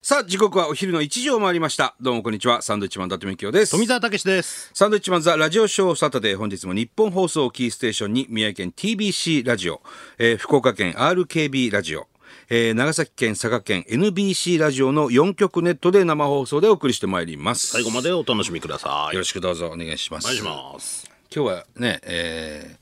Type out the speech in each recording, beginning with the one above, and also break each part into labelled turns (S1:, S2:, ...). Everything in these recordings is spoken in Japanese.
S1: さあ、時刻はお昼の1時を回りました。どうもこんにちは。サンドイッチマン伊達美京です。
S2: 富澤たけしです。
S1: サンドイッチマンザラジオショーサタデー。本日も日本放送キーステーションに宮城県 TBC ラジオ、えー、福岡県 RKB ラジオ、えー、長崎県佐賀県 NBC ラジオの4局ネットで生放送でお送りしてまいります。
S2: 最後までお楽しみください。
S1: よろしくどうぞお願いします。
S2: お願いします。
S1: 今日はね、え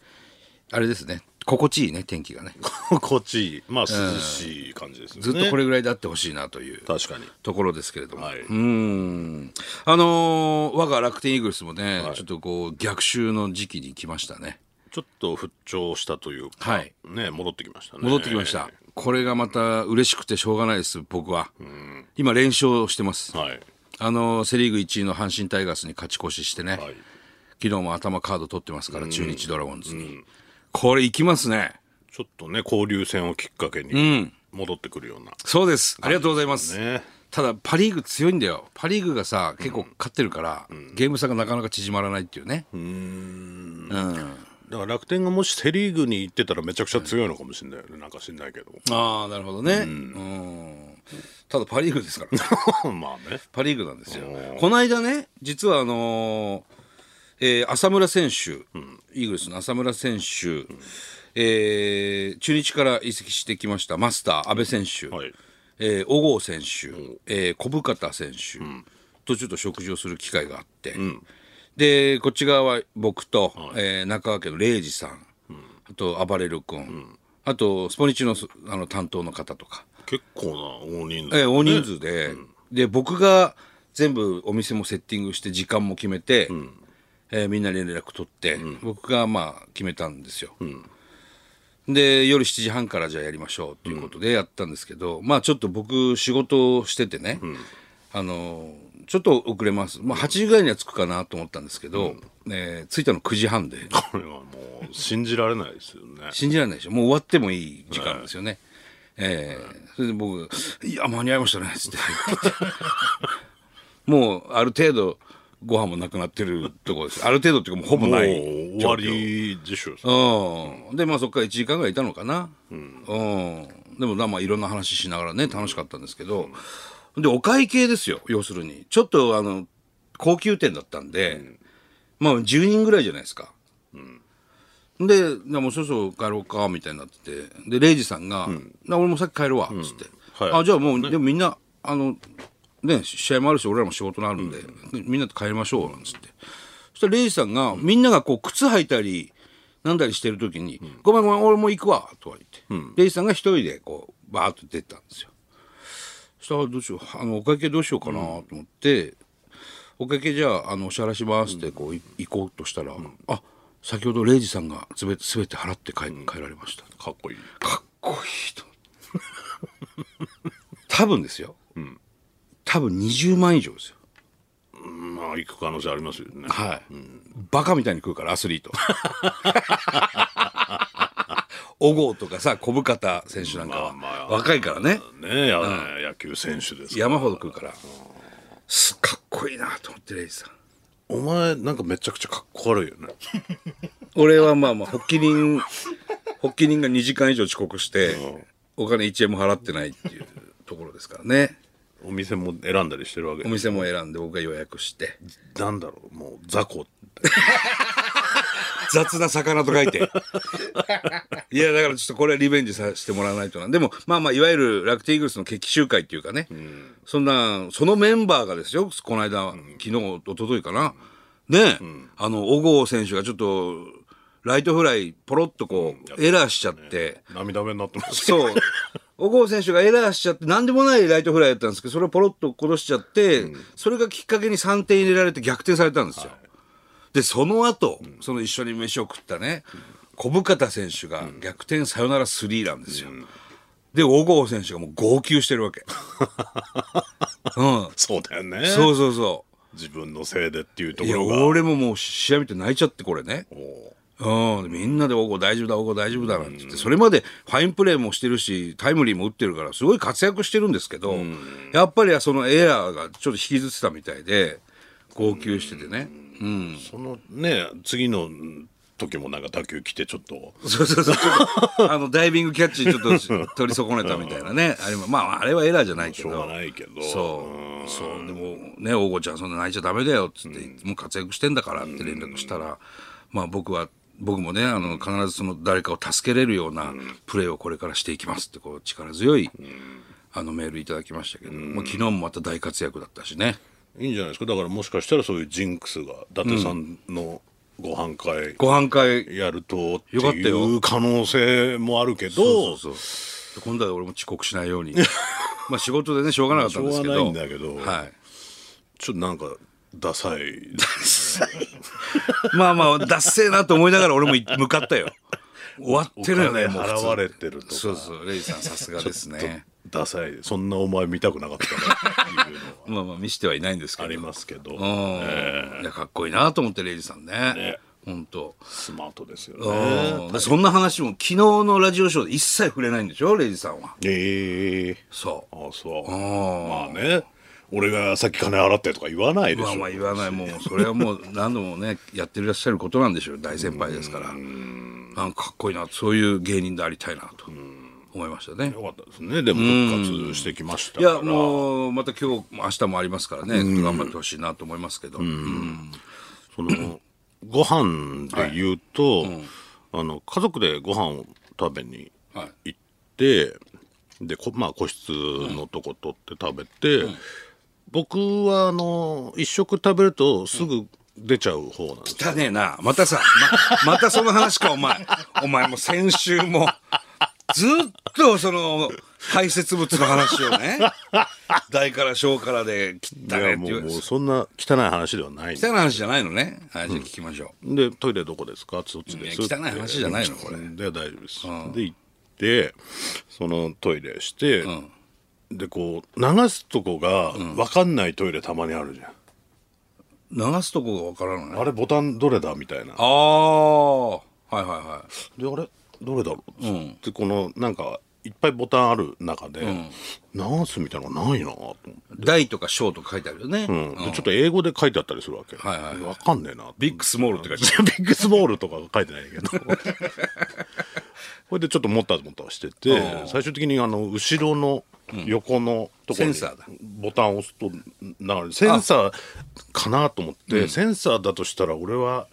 S1: ー、あれですね。心地いいね天気がね
S2: 心地いいまあ涼しい感じですね、
S1: ずっとこれぐらいであってほしいなという
S2: 確かに、
S1: ところですけれども、はいうんあのー、我が楽天イーグルスもね、はい、ちょっとこう逆襲の時期に来ましたね
S2: ちょっと復調したというか、はい、ね戻ってきましたね
S1: 戻ってきましたこれがまた嬉しくてしょうがないです僕は今連勝してます、
S2: はい、
S1: あのー、セ・リーグ1位の阪神タイガースに勝ち越ししてね、はい、昨日も頭カード取ってますから中日ドラゴンズに。これいきますね
S2: ちょっとね交流戦をきっかけに戻ってくるような、うん、
S1: そうですありがとうございます、ね、ただパ・リーグ強いんだよパ・リーグがさ結構勝ってるから、うん、ゲーム差がなかなか縮まらないっていうね
S2: うんだから楽天がもしセ・リーグに行ってたらめちゃくちゃ強いのかもしれないよね、うん、なんか知んないけど
S1: ああなるほどねうんただパ・リーグですから
S2: まあね
S1: パ・リーグなんですよこの間ね実はあのーえー、浅村選手、うん、イーグルスの浅村選手、うん、えー、中日から移籍してきましたマスター、阿部選手、はい、えー、小郷選手、うん、えー、小深田選手、うん、とちょっと食事をする機会があって、でこっち側は僕と、はい、えー、中川家の礼二さん、あと暴れる君、あとスポニチのあの担当の方とか
S2: 結構な大人
S1: 数、えー、大人数で,、で僕が全部お店もセッティングして時間も決めて。えー、みんな連絡取って、うん、僕がまあ決めたんですよ、うん、で夜7時半からじゃあやりましょうということでやったんですけど、うん、まあちょっと僕仕事をしててね、あのー、ちょっと遅れます、まあ、8時ぐらいには着くかなと思ったんですけど、うん、えー、着いたの9時半で
S2: これはもう信じられないですよね
S1: 信じられないでしょもう終わってもいい時間ですよね、ねええー、それで僕「いや間に合いましたね」っつって もうある程度ご飯もなくなってるとこですある程度っていうかもうほぼない
S2: 終わりでしょ
S1: う、うん、でまあそこから1時間ぐらいいたのかな、うん、うん、でもまあいろんな話しながらね楽しかったんですけど、うん、でお会計ですよ要するにちょっとあの高級店だったんで、うん、まあ10人ぐらいじゃないですか、うん、ででもうそろそろ帰ろうかみたいになっててでレイジさんが「俺もさっき帰るわ」っつって、はい、あじゃあもう、ね、でもみんなあのね、試合もあるし俺らも仕事のあるんで、うん、みんなと帰りましょうなんつってそしたらレイジさんが、うん、みんながこう靴履いたりなんだりしてる時に「うん、ごめんごめん俺も行くわ」とは言って、レイジさんが一人でこうバーッと出たんですよそしたらどうしようあのお会計どうしようかなと思って「お会計じゃああのお支払いします」ってこう、行こうとしたら、うん、あ先ほどレイジさんがすべて全て払って帰,、帰られました
S2: かっこいい
S1: かっこいいと多分ですよ、うん多分20万以上ですよ。
S2: まあ行く可能性ありますよね。
S1: はい。うん、バカみたいに食うからアスリート。 小郷とかさ小深田選手なんかは、まあまあ、若いからね。
S2: ね、うん、野球選手です
S1: 山ほど食うから。すかっこいいなと思ってレイジさん。
S2: お前なんかめちゃくちゃかっこ悪いよね。
S1: 俺はまあまあ発起人 発起人が2時間以上遅刻して、うん、お金1円も払ってないっていうところですからね。
S2: お店も選んだりしてるわけ
S1: お店も選んで僕が予約して
S2: なんだろうもう雑魚
S1: 雑な魚と書いていやだからちょっとこれはリベンジさせてもらわないとなでもまあまあいわゆる楽天イーグルスの決起集会っていうかね、うん、そんなそのメンバーがですよこの間、うん、昨日一昨日かな、うん、ね、うん、あの小郷選手がちょっとライトフライポロっとこう、うん、エラーしちゃって、
S2: ね、涙目になってます
S1: そう小郷選手がエラーしちゃって何でもないライトフライだったんですけどそれをポロッと殺しちゃって、うん、それがきっかけに3点入れられて逆転されたんですよ。はい、でその後、うん、その一緒に飯を食ったね、うん、小深田選手が逆転サヨナラスリーランですよ。で小郷選手がもう号泣してる わけ。
S2: うん、そうだよね
S1: そうそうそう
S2: 自分のせいでっていうところ
S1: いや俺ももう試合見て泣いちゃってこれね。うん、みんなで「おこ大丈夫だおこ大丈夫だ」なんて言って、それまでファインプレーもしてるしタイムリーも打ってるからすごい活躍してるんですけど、うん、やっぱりそのエアーがちょっと引きずってたみたいで号泣しててね。うん
S2: そのね次の時もなんか打球来てちょっと
S1: そうそうそう。ちょっとあの、ダイビングキャッチちょっと取り損ねたみたいなね。あれもまあ、あれはエラーじゃないけど。
S2: しょうがないけど
S1: そう。そう。でも、ね、大郷ちゃん、そんな泣いちゃダメだよ、つって、もう活躍してんだからって連絡したら、まあ僕は、僕もね、あの、必ずその誰かを助けれるようなプレーをこれからしていきますって、こう、力強い、あの、メールいただきましたけど、まあ昨日もまた大活躍だったしね。
S2: いいんじゃないですかだからもしかしたらそういうジンクスが伊達さんのご飯会
S1: ご飯会、
S2: やるとって
S1: よかったよ
S2: いう可能性もあるけど
S1: そうそう。今度は俺も遅刻しないよう に。まあ仕事でね、しょうがなかったんですけど。
S2: しょうがないんだけど
S1: はい。
S2: ちょっとなんか ダサい
S1: まあまあ、ダッセーなと思いながら俺もい向か ったよ。終わってるよね、も
S2: お金
S1: う普通
S2: 払われてるとか
S1: そうそう、レイさんさすがですね。
S2: ダサいそんなお前見たくなかったなっていうのは
S1: まあまあ見してはいないんですけ
S2: あ
S1: ど。
S2: りますけど、
S1: うんいや、かっこいいなと思って、レイジさんね。本当。
S2: スマートですよ
S1: う
S2: ね
S1: んでそんな話も昨日のラジオショーで一切触れないんでしょ、レイジさんは。
S2: ええ
S1: そ
S2: あそうまあね俺がさっき金払ってとか言わないで
S1: う。
S2: し
S1: まあ
S2: ょ、
S1: まあ言わない、もう、それはもう 何度もね、やってらっしゃることなんでしょう、大先輩ですから。なんかかっこいいな、そういう芸人でありたいなと思いましたね。
S2: よかったですねでも復活してきました
S1: い
S2: から
S1: やもうまた今日明日もありますからね、頑張ってほしいなと思いますけど、うん
S2: そのご飯で言うと、あの家族でご飯を食べに
S1: はい
S2: 行って、でこまあ、個室のとこ取って食べて、僕はあの一食食べるとすぐ出ちゃう方なんです、
S1: 汚ねえなまたさままたその話かお前お前もう先週もずっとその排泄物の話をね大から小からで汚
S2: い
S1: ねえ
S2: や
S1: って
S2: も
S1: 言
S2: う
S1: う
S2: もうそんな汚い話ではないんで
S1: 汚い話じゃないのねはいじゃあ聞きましょ
S2: でトイレどこですかそっちです
S1: いや汚い話じゃないのこれ
S2: で大丈夫です、で行ってそのトイレして、でこう流すとこが分かんないトイレたまにあるじゃん、
S1: う、流すとこがわからないあ
S2: あれボタンどれだみたいな
S1: あーはいはいはい
S2: であれどれだろうっつって、このなんかいっぱいボタンある中で、流すみたいなのがないなと思って、
S1: 大とか小とか書いてあるよね、
S2: うんでちょっと英語で書いてあったりするわけ、
S1: はいはいはい
S2: 分かんねえなビ
S1: ビッグスモールって書いてある
S2: ビッグスモールとか書いてないけどこれでちょっともったもったしてて最終的にあの後ろの横のとこ
S1: セ
S2: ろ
S1: ン
S2: に
S1: サーだ
S2: ボタンを押すとなるセンサーかなと思って、センサーだとしたら俺は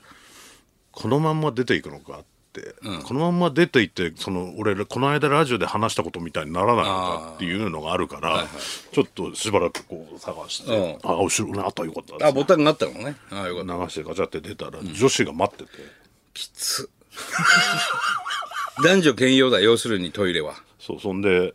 S2: このまんま出ていくのかって、このまんま出ていってその俺この間ラジオで話したことみたいにならないのかっていうのがあるから、ちょっとしばらくこう探して、
S1: う
S2: あ後ろにあったよかった
S1: あボタンがあったのねああよかった
S2: 流してガチャって出たら女子が待ってて、
S1: きつ男女兼用だ要するにトイレは
S2: そうそんで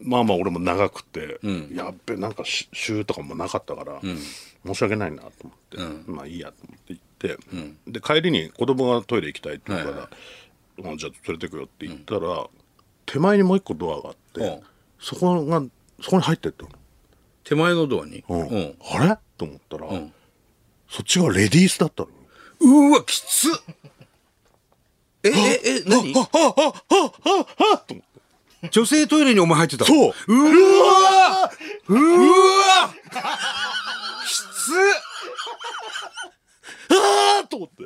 S2: まあまあ俺も長くて、やっべなんかし週とかもなかったから、申し訳ないなと思って、まあいいやと思って行って、で帰りに子供がトイレ行きたいって言うから、うんじゃあ連れてくよって言ったら、手前にもう一個ドアがあって、
S1: うん
S2: そこがそこに入ってったの、
S1: 手前のドアにう
S2: うん
S1: ん
S2: あれと思ったら、そっちがレディースだったの
S1: うわきつっ えええ何
S2: あと思って
S1: 女性トイレにお前入ってたの
S2: そう
S1: うわうわきつっ
S2: あーと思って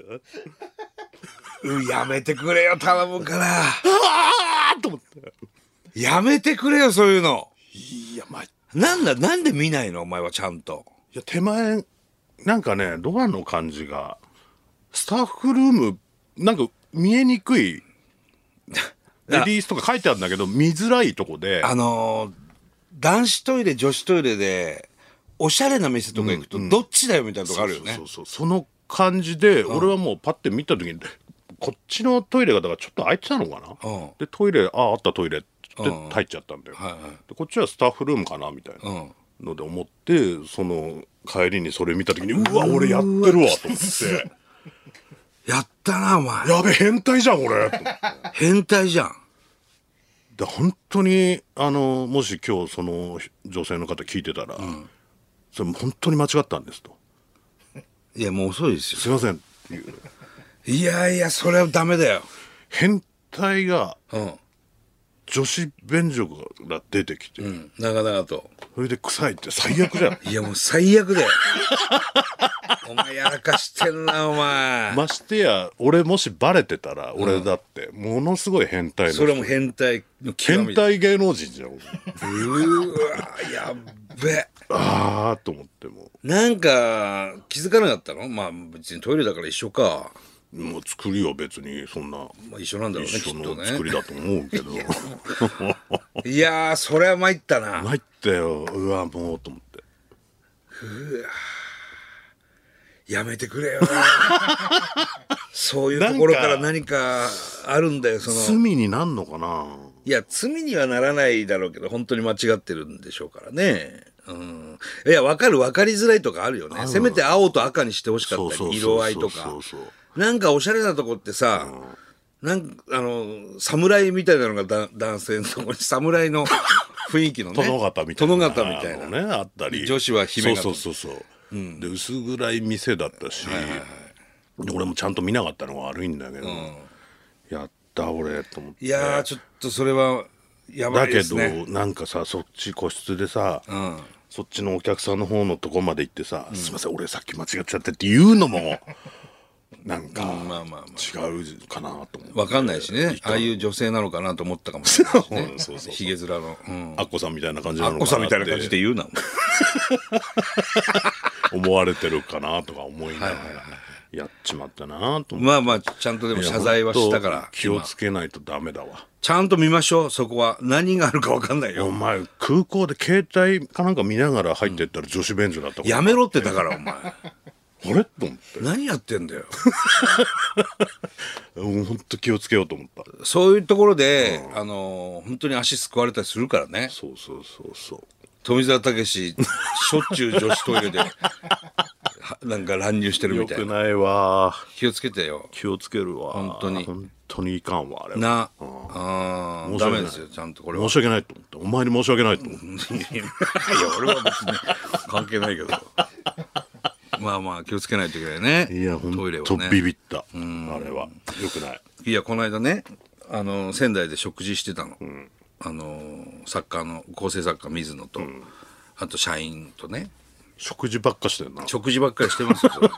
S1: うやめてくれよ頼むから
S2: あーと思って
S1: やめてくれよそういうの
S2: いやまあ
S1: なんだなんで見ないのお前はちゃんと
S2: いや手前なんかねドアの感じがスタッフルームなんか見えにく いレディースとか書いてあるんだけど見づらいとこで
S1: あのー男子トイレ女子トイレでおしゃれな店とか行くとどっちだよみたいなとこあるよね
S2: そうそうそうその感じで、俺はもうパッて見た時にこっちのトイレがだからちょっと空いてたのかな、
S1: うん
S2: でトイレあああったトイレって入っちゃったんだよ、
S1: はいはい
S2: でこっちはスタッフルームかなみたいな
S1: うん
S2: ので思ってその帰りにそれ見た時にうわ俺やってるわと思って
S1: やったな、お前。
S2: やべ変態じゃん俺と思って
S1: 変態じゃん。
S2: で本当にあのもし今日その女性の方聞いてたら、それ本当に間違ったんですと
S1: いや、もう遅いですよ。
S2: すいませんっていう
S1: いやいや、それはダメだよ。
S2: 変態が
S1: うん。
S2: 女子便所が出てきて、
S1: うん長々と
S2: それで臭いって最悪じゃん
S1: いやもう最悪 だよお前やらかしてんなお前、
S2: ましてや俺もしバレてたら俺だってものすごい変態な
S1: それはもう変態の極み
S2: 変態芸能人じゃん俺
S1: うーわやっべ
S2: ああと思っても
S1: なんか気づかなかったのまあ別にトイレだから一緒か、
S2: うもう作りは別にそんな
S1: まあ、一緒なんだろうね
S2: 一
S1: き
S2: 緒
S1: っと
S2: の作り
S1: ね
S2: だと思うけど
S1: いやーそれは参ったな
S2: 参ったようわもうと思って
S1: やめてく れよそういうところから何かあるんだよそ
S2: 罪
S1: の
S2: になんのかない
S1: や罪にはならないだろうけど本当に間違ってるんでしょうからねうんいや分かる分かりづらいとかあるよねせめて青と赤にしてほしかったり色合いとか
S2: そうそう
S1: なんかおしゃれなとこってさ、なんかあの侍みたいなのがだ男性のとこに侍の雰囲気のね
S2: 殿方みたいな
S1: 殿方みたいな
S2: のねあったり
S1: 女子は姫方
S2: そうそうそうそう、で薄暗い店だったし、で俺もちゃんと見なかったのが悪いんだけど、やった俺と思って
S1: いやーちょっとそれはやばい
S2: だ
S1: で
S2: け
S1: す
S2: ど、
S1: ね
S2: なんかさそっち個室でさ、
S1: ん
S2: そっちのお客さんの方のとこまで行ってさ「すいません俺さっき間違っちゃって」って言うの もなんか
S1: うんまあまあま
S2: 違うかなと思って
S1: わかんないしねああいう女性なのかなと思ったかもしれないしね
S2: うん そうそうそう
S1: ひげ面の、うん、
S2: アッコさんみたいな感じ
S1: あ
S2: な
S1: っ
S2: の
S1: こ
S2: か
S1: さん
S2: な
S1: み
S2: った
S1: いな感じで
S2: て
S1: 言うなお前
S2: 思われてるかなとか思いながらやっちまったなと思って。
S1: まあまあちゃんとでも謝罪はしたから
S2: 気をつけないとダメだわ
S1: ちゃんと見ましょうそこは何があるかわかんないよ
S2: お前空港で携帯かなんか見ながら入ってったら女子便所だったから、
S1: やめろってだからお前
S2: あれと思って
S1: 何やってんだよ
S2: うんほんと気をつけようと思った
S1: そういうところで、あのー本当に足すくわれたりするからね
S2: そうそうそうそう
S1: 富澤たけししょっちゅう女子トイレで はなんか乱入してる
S2: よ
S1: みた
S2: く
S1: いな
S2: ないわ
S1: 気をつけてよ
S2: 気をつけるわ
S1: 本当に
S2: 本当にいかんわあれは
S1: なあー
S2: 申し
S1: ダ
S2: 訳な
S1: メ
S2: い
S1: ですよちゃんとこれは
S2: 申し訳ないと思ったお前に申し訳ないと思った、
S1: いや俺は別に関係ないけどまあまあ気をつけないといけないね
S2: いやほ
S1: トイレ
S2: んと
S1: は
S2: ビ
S1: ね
S2: ビった、あれはよくない
S1: いやこの間ねあの仙台で食事してたの、あの作家の構成作家水野と、あと社員とね
S2: 食事ばっかしてんな
S1: 食事ばっかりしてますよ それ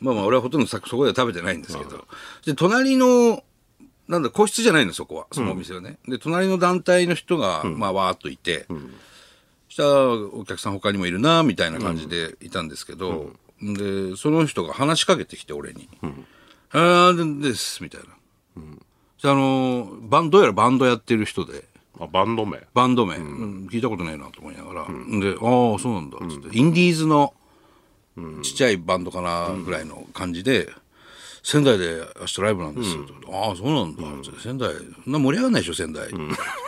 S1: まあまあ俺はほとんどさそこでは食べてないんですけどで隣のなんだ個室じゃないのそこはそのお店はね、で隣の団体の人が、まあわーっといて、そしたらお客さん他にもいるなみたいな感じでいたんですけど、でその人が話しかけてきて俺に「ああです」みたいな、そしたらあのーバンどうやらバンドやってる人で。
S2: あバンド名
S1: バンド名、うん聞いたことないなと思いながら、で「ああそうなんだ」つって、インディーズのちっちゃいバンドかなぐらいの感じで「仙台で明日ライブなんですよ」とああそうなんだ」つって仙台そんな盛り上がらないでしょ仙台」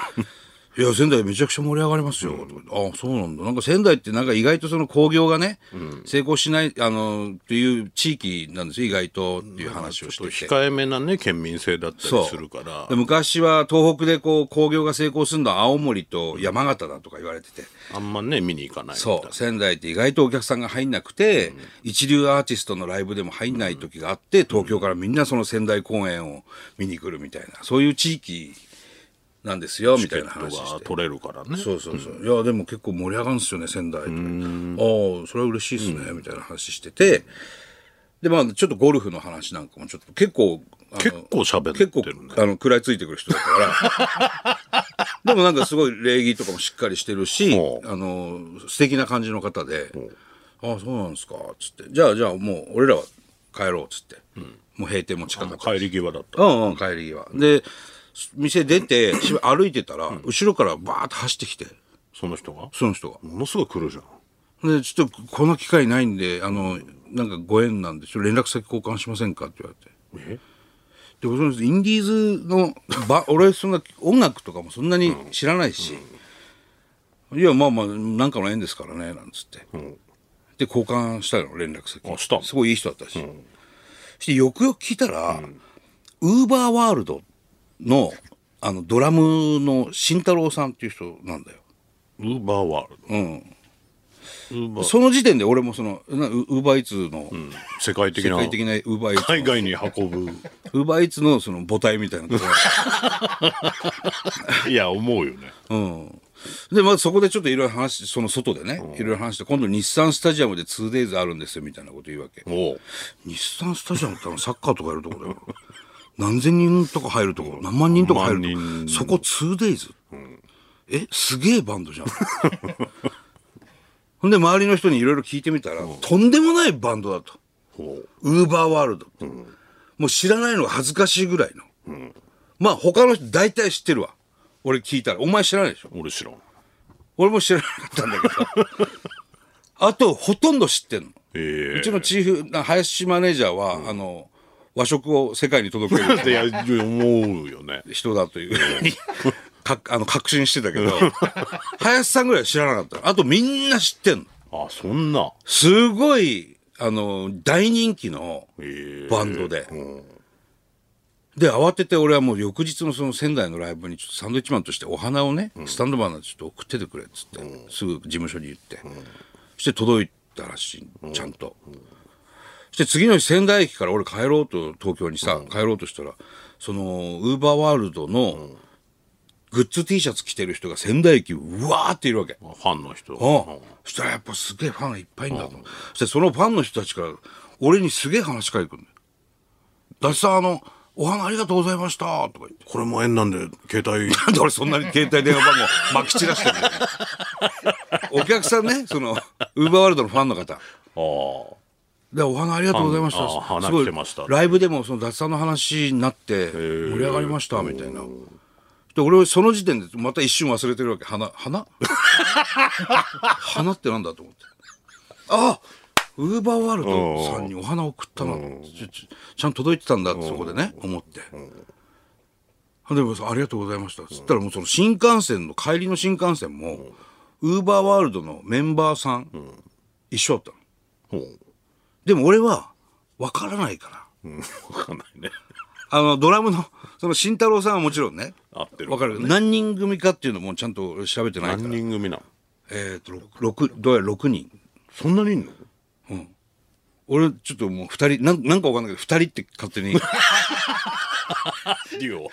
S1: いや仙台めちゃくちゃ盛り上がりますよ」とか言ってああそうなんだ」なんか仙台ってなんか意外とその興行がね、成功しないあのっていう地域なんですよ意外とっていう話をしてて。
S2: 控えめなね県民性だった
S1: そ
S2: り
S1: う
S2: するから
S1: で昔は東北でこう工業が成功するのは青森と山形だとか言われてて、
S2: あんまね見に行かないみたいな
S1: そう仙台って意外とお客さんが入んなくて、一流アーティストのライブでも入んない時があって東京からみんなその仙台公演を見に来るみたいなそういう地域なんですよみたいな話
S2: 人
S1: し
S2: が
S1: て。
S2: 取れるからね
S1: そうそうそう、いやでも結構盛り上がるんですよね仙台とああそれは嬉しいですね、みたいな話しててでまあちょっとゴルフの話なんかもちょっと結構あの
S2: 結構喋って
S1: 結
S2: る
S1: 構、
S2: ね
S1: あの、食らいついてくる人だ から。でもなんかすごい礼儀とかもしっかりしてるし、
S2: ほ
S1: あの、素敵な感じの方で、ああ、そうなんですか、つって。じゃあ、じゃあもう俺らは帰ろう、つって。もう閉店も近かった。
S2: 帰り際だった
S1: うんうん、帰り際。で、店出て、し歩いてたら、後ろからバーッと走ってきて、
S2: その人が
S1: その人が。
S2: ものすごい来るじゃん
S1: で、ちょっとこの機会ないんで、あの、なんかご縁なんで、ちょっと連絡先交換しませんかって言われて。
S2: え
S1: でもそのインディーズのば 俺そんな音楽とかもそんなに知らないし、いやまあまあなんかの縁ですからねなんつって、で交換したの連絡先
S2: あした
S1: すごいいい人だったし、そしてよくよく聞いたら、ウーバーワールドのあのドラムの慎太郎さんっていう人なんだよ
S2: ウーバーワールド
S1: うん
S2: Uber
S1: その時点で俺もそのウーバーイーツの
S2: 世界的
S1: 世
S2: な
S1: 界的なウーバーイーツ
S2: 海外に運 ぶ
S1: ウーバーイーツのその母体みたいなとこ
S2: いや思うよね
S1: ろ、うん、でまずそこでちょっといろいろ話しその外でねいろいろ話して今度日産スタジアムで 2days あるんですよみたいなこと言うわけ
S2: おう
S1: 日産スタジアムってあのサッカーとかやるとこだよ 何千人とか入るとこ何万人とか入るとこ
S2: 万人
S1: そこ 2days、えすげえバンドじ ゃんほんで周りの人にいろいろ聞いてみたら、とんでもないバンドだと
S2: おう
S1: ウーバーワールドって、もう知らないのが恥ずかしいぐらいの、まあ他の人大体知ってるわ俺聞いたらお前知らないでしょ
S2: 俺知らん
S1: 俺も知らなかったんだけどあとほとんど知ってんの
S2: ええ
S1: うちのチーフな林マネージャーは、あの和食を世界に届け る
S2: いや思うよね
S1: 人だというふうにかあの確信してたけど林さんぐらいは知らなかったのあとみんな知ってんの
S2: あそんな
S1: すごいあの大人気の
S2: ええ
S1: バンドで、で慌てて俺はもう翌日のその仙台のライブにちょっとサンドイッチマンとしてお花をね、スタンドバーナーでちょっと送っててくれっつって、すぐ事務所に言って、そして届いたらしいちゃんと、そして次の日仙台駅から俺帰ろうと東京にさ、帰ろうとしたらそのウーバーワールドのグッズ T シャツ着てる人が仙台駅うわーっているわけ、
S2: ファンの人
S1: うん、そしたらやっぱすげえファンがいっぱいいんだと、そしてそのファンの人たちから俺にすげえ話しかけてくるんだよ「ダチさんあのお花ありがとうございました」とか言って
S2: これも縁なんで携 帯
S1: なんで俺そんなに携帯電話番号まき散らしてるんだよお客さんねそのウーバーワールドのファンの方
S2: あ
S1: でお花ありがとうございまし
S2: あー
S1: た
S2: 花
S1: すご
S2: 来て
S1: い
S2: ました
S1: ライブでもその達さんの話になって盛り上がりましたみたいなで俺その時点でまた一瞬忘れてるわけ花花 花ってなんだと思ってあウーバーワールドさんにお花送ったなちょちょちゃんと届いてたんだってそこでね思ってでもさありがとうございましたつったらもうその新幹線の帰りの新幹線もウーバーワールドのメンバーさん一緒だったの
S2: あうん
S1: でも俺は分からないから。
S2: うんわかんないね
S1: あの、ドラムの、その慎太郎さんはもちろんね。
S2: 合ってる
S1: 分かる。何人組かっていうのもちゃんと俺調べてないか
S2: 何
S1: ら。
S2: 人組なの
S1: えっ、と、六六どうやら6人。
S2: そんなにいんの
S1: 俺、ちょっともう2人、なんなんか分かんないけど、2人って勝手に、
S2: デュオ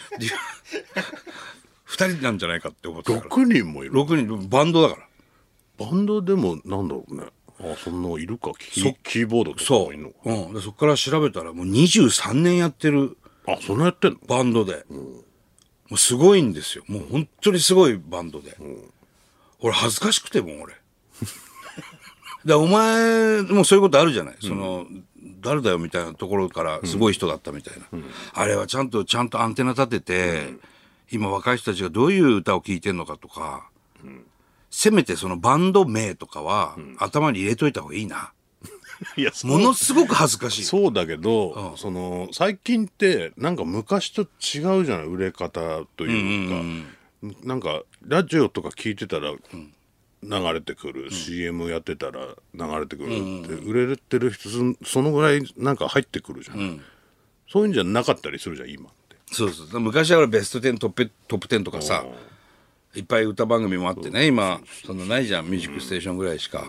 S1: 2人なんじゃないかって思ってたから。
S2: 6人もいる
S1: 6人、バンドだから。
S2: バンドでもなんだろうねあそんないるかキ
S1: そ
S2: ーキーボードとか
S1: そ
S2: もいるのか
S1: う。うん。で、そっから調べたら、もう23年やってる
S2: あそんなやってんの
S1: バンドで。もうすごいんですよ。もう本当にすごいバンドで。俺恥ずかしくてもう俺。 でお前もそういうことあるじゃない、その誰だよみたいなところからすごい人だったみたいな、あれはちゃんとちゃんとアンテナ立てて、今若い人たちがどういう歌を聴いてんのかとか、せめてそのバンド名とかは頭に入れといた方がいいな、
S2: いやそ
S1: ものすごく恥ずかしい
S2: そうだけど、その最近ってなんか昔と違うじゃない売れ方というか、なんかラジオとか聞いてたら流れてくる、CM やってたら流れてくるって、売れてる人そんそのぐらいなんか入ってくるじゃない、そういうんじゃなかったりするじゃん今って
S1: そうそう昔は俺ベスト10トップトップ10とかさいっぱい歌番組もあってね今そんなないじゃん「ミュージックステーション」ぐらいしか、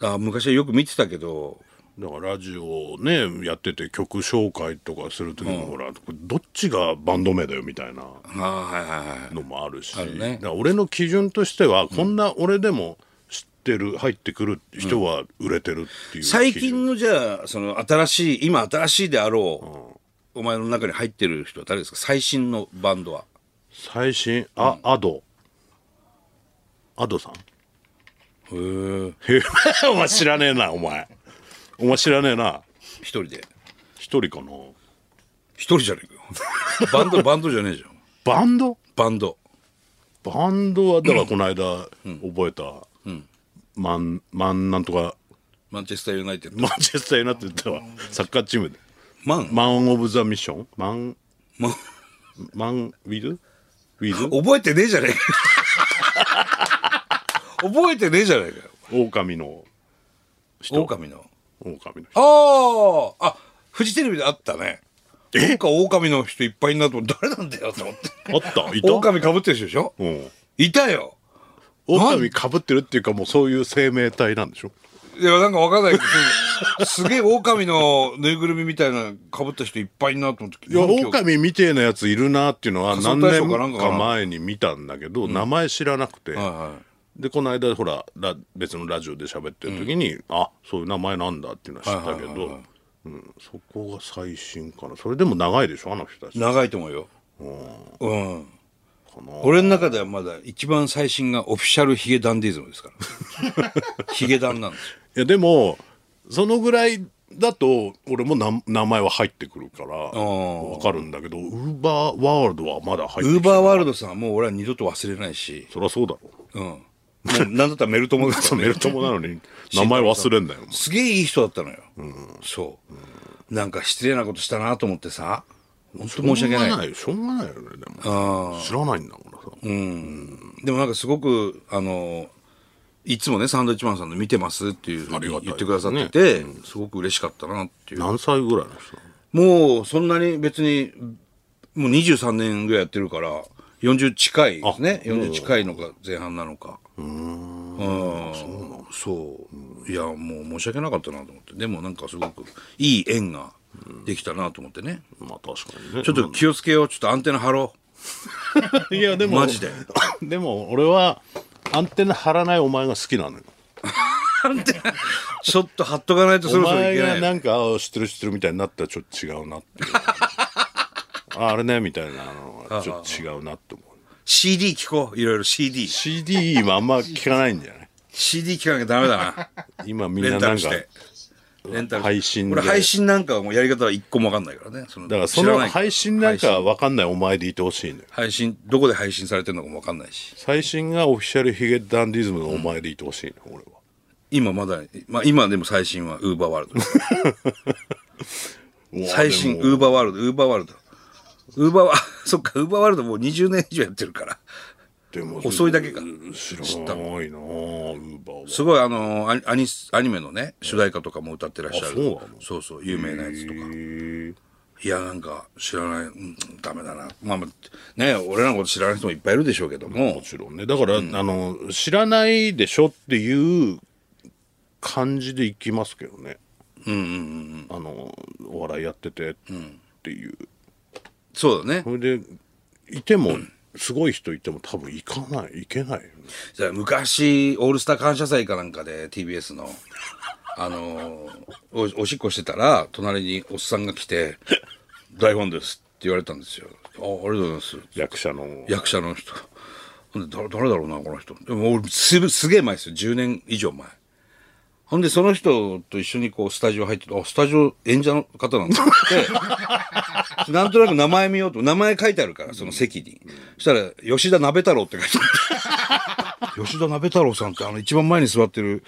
S1: あ昔はよく見てたけど
S2: だからラジオをねやってて曲紹介とかする時も、ほらこれどっちがバンド名だよみたいな
S1: ああはいはいはい
S2: のもあるし、
S1: あるね
S2: だから俺の基準としては、こんな俺でも知ってる入ってくる人は売れてるっていう基準
S1: 最近のじゃあその新しい今新しいであろう、お前の中に入ってる人は誰ですか最新のバンドは
S2: 最新あ、アドアドさん
S1: へえ
S2: お前知らねえなお前お前知らねえな
S1: 一人で
S2: 一人かな
S1: 一人じゃねえかよバンドバンドじゃねえじゃん
S2: バンド
S1: バンド
S2: バンドはだからこの間覚えた、マンマンなんとか
S1: マンチェスターユナイテッド
S2: マンチェスターユナイテッドはサッカーチームで
S1: マン
S2: マン・オブ・ザ・ミッションマン
S1: マン
S2: マン・ウィズウィズ
S1: 覚えてねえじゃねえか 覚えてねえじゃねえかよ
S2: 狼の人
S1: 狼の
S2: 狼の人
S1: あああフジテレビであったねえか狼の人いっぱいいんなと思って誰なんだよと思って
S2: あったいた
S1: 狼かぶってる人でしょ
S2: うん
S1: いたよ
S2: 狼かぶってるっていうかもうそういう生命体なんでしょ
S1: いや、なんかわかんないけど、 すげえ狼のぬいぐるみみたいな被った人いっぱいいるなと思って。
S2: い
S1: な
S2: や
S1: んか
S2: 狼みてえなやついるなっていうのは
S1: 仮想
S2: 何
S1: 大賞
S2: 年
S1: かなんかかな
S2: か前に見たんだけど、名前知らなくて、
S1: は
S2: でこの間ほらラ別のラジオで喋ってる時に、あそういう名前なんだっていうのは知ったけ
S1: はいはいはい
S2: どうんそこが最新かなそれでも長いでしょあの人たち
S1: い
S2: か
S1: 長いと思うよ。うん。
S2: な
S1: 俺の中ではまだ一番最新がオフィシャルヒゲダンディズムです から。ヒゲダンなんですよ。
S2: いやでもそのぐらいだと俺もな名前は入ってくるから
S1: ー
S2: わかるんだけどウーバーワールドはまだ入ってきてな
S1: ウ
S2: い
S1: ーバーワールドさんはもう俺は二度と忘れないし、
S2: そりゃそうだろ
S1: うん。もうなんだったらメルトモ です
S2: そ
S1: よ
S2: う
S1: ね
S2: メルトモなのに名前忘れんだよ
S1: すげえいい人だったのよ。そう、なんか失礼なことしたなと思ってさ、本当申し訳ない。
S2: しょうがないよねでも知らないんだからさ、
S1: でもなんかすごく、あの、いつもね、サンドイッチマンさんの見てますっていうふう
S2: ありが
S1: に
S2: たい
S1: 言ってくださってて、すごく嬉しかったなっていう。
S2: 何歳ぐらいの人なの
S1: もうそんなに別に、もう23年ぐらいやってるから、40近いですね。40近いのか前半なのか。うん。そう。いや、もう申し訳なかったなと思って。でもなんかすごくいい縁ができたなと思ってね。
S2: まあ確かにね
S1: ちょっと気をつけよう。ちょっとアンテナ張ろ
S2: といやでも
S1: マジで
S2: でも俺はアンテナ張らないお前が好きなの
S1: う。
S2: よ
S1: アンテナ、ちょっと張っとかないとそろそ
S2: お
S1: ろい
S2: 前
S1: けな
S2: が
S1: い。
S2: なんかあ知ってる知ってるみたいになったらちょっと違うなっていうああれねみたいなのがちょっと違う なって思う
S1: CD 聞こう。いろいろ CD。
S2: CD 今あんま聞かないんじゃない
S1: CD 聞かなきゃダメだな。
S2: 今みん
S1: レ
S2: な
S1: ンタ
S2: なん
S1: ル
S2: か
S1: して。レンタル
S2: 配信で
S1: 俺配信なんかはもうやり方は一個もわかんないからね。
S2: だからそ
S1: 知
S2: の
S1: ない
S2: 配信なんか分かんないお前でいてほしいのよ
S1: 配信、どこで配信されてるのかもわかんないし。
S2: 最新がオフィシャルヒゲダンディズムのお前でいてほしいの、俺は
S1: 今まだ、まあ今でも最新はウーバー ワールド。
S2: うわ
S1: 最新
S2: でも
S1: ウーバーワールド、ウーバーワールド。ウーバーワ そっか、ウーバーワールドもう20年以上やってるから。
S2: でも
S1: 遅いだけか
S2: 知らないなあウーバーは
S1: すごいあのーアニ、アニメのね、主題歌とかも歌ってらっしゃる。
S2: あそうなの
S1: そうそう有名なやつとか。
S2: へえ
S1: いや、なんか知らない、うん、ダメだな。まあまあ、ね、俺らのこと知らない人もいっぱいいるでしょうけども
S2: も。ちろんねだから、あの知らないでしょっていう感じでいきますけどねうんうんうんあのお笑いやっててっていう、
S1: そうだね。
S2: それでいても、すごい人いても多分行かない行けないよね
S1: じゃあ昔、オールスター感謝祭かなんかで TBS の、あのーお、おしっこしてたら、隣におっさんが来て、台本ですって言われたんですよ。あ、ありがとうございます。
S2: 役者の
S1: 役者の人。ほんで、だ誰だろうな、この人。でも俺、す、すげえ前ですよ。10年以上前。ほんで、その人と一緒にこう、スタジオ入ってて、あ、スタジオ演者の方なんだって、なんとなく名前見ようと、名前書いてあるから、その席に。そしたら、吉田鍋太郎って書いてある。吉田鍋太郎さんって、あの、一番前に座ってる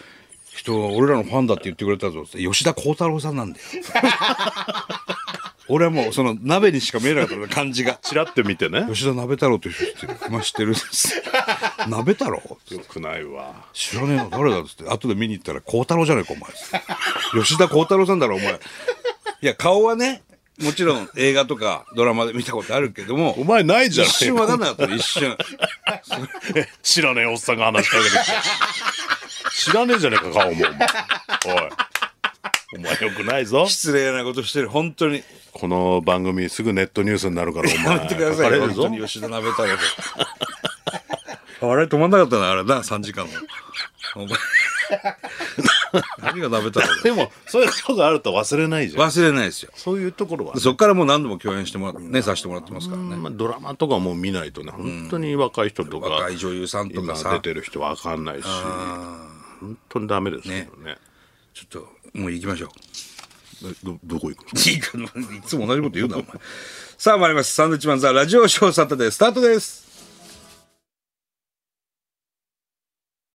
S1: 人は、俺らのファンだって言ってくれたぞって、吉田幸太郎さんなんだよ。俺はもう、その、鍋にしか見えなかった感じが。
S2: ちらって見てね
S1: 吉田鍋太郎という人知ってる、まあ、知ってるんです。 鍋太郎
S2: よくないわ
S1: 知らねえの誰だっつって、後で見に行ったら、孝太郎じゃねえか、お前っつって。吉田孝太郎さんだろ、お前。いや、顔はね、もちろん映画とかドラマで見たことあるけども
S2: お、前ないじゃ
S1: 一
S2: ん
S1: 瞬わかんなかったの、一瞬。
S2: 知らねえおっさんが話しかけて きて知らねえじゃねえか顔もお前おいお前よくないぞ
S1: 失礼なことしてる、本当に。
S2: この番組すぐネットニュースになるからお
S1: や
S2: 前
S1: めてくださいよ、本
S2: 書
S1: 当
S2: かれ
S1: に
S2: るぞ
S1: 吉田鍋太郎で。笑い止まんなかったな、あれな、3時間も。お前 何が鍋太郎だよ
S2: でもそういうことがあると忘れないじゃん
S1: 忘れないですよ。
S2: そういうところは、
S1: そこからもう何度も共演してもらって、ね、させてもらってますからね。
S2: まあ、ドラマとかもう見ないとね本当に若い人とか、
S1: 若い女優さんと
S2: 今
S1: か
S2: 出
S1: さ、ちょ
S2: てる人わかんないし本当にダメですけどね
S1: っと、もう行きましょう。
S2: えどどこ行く の
S1: いいかいつも同じこと言うな、お前。さあ参ります。サンドウィッチマンザラジオショーサタデースタートです。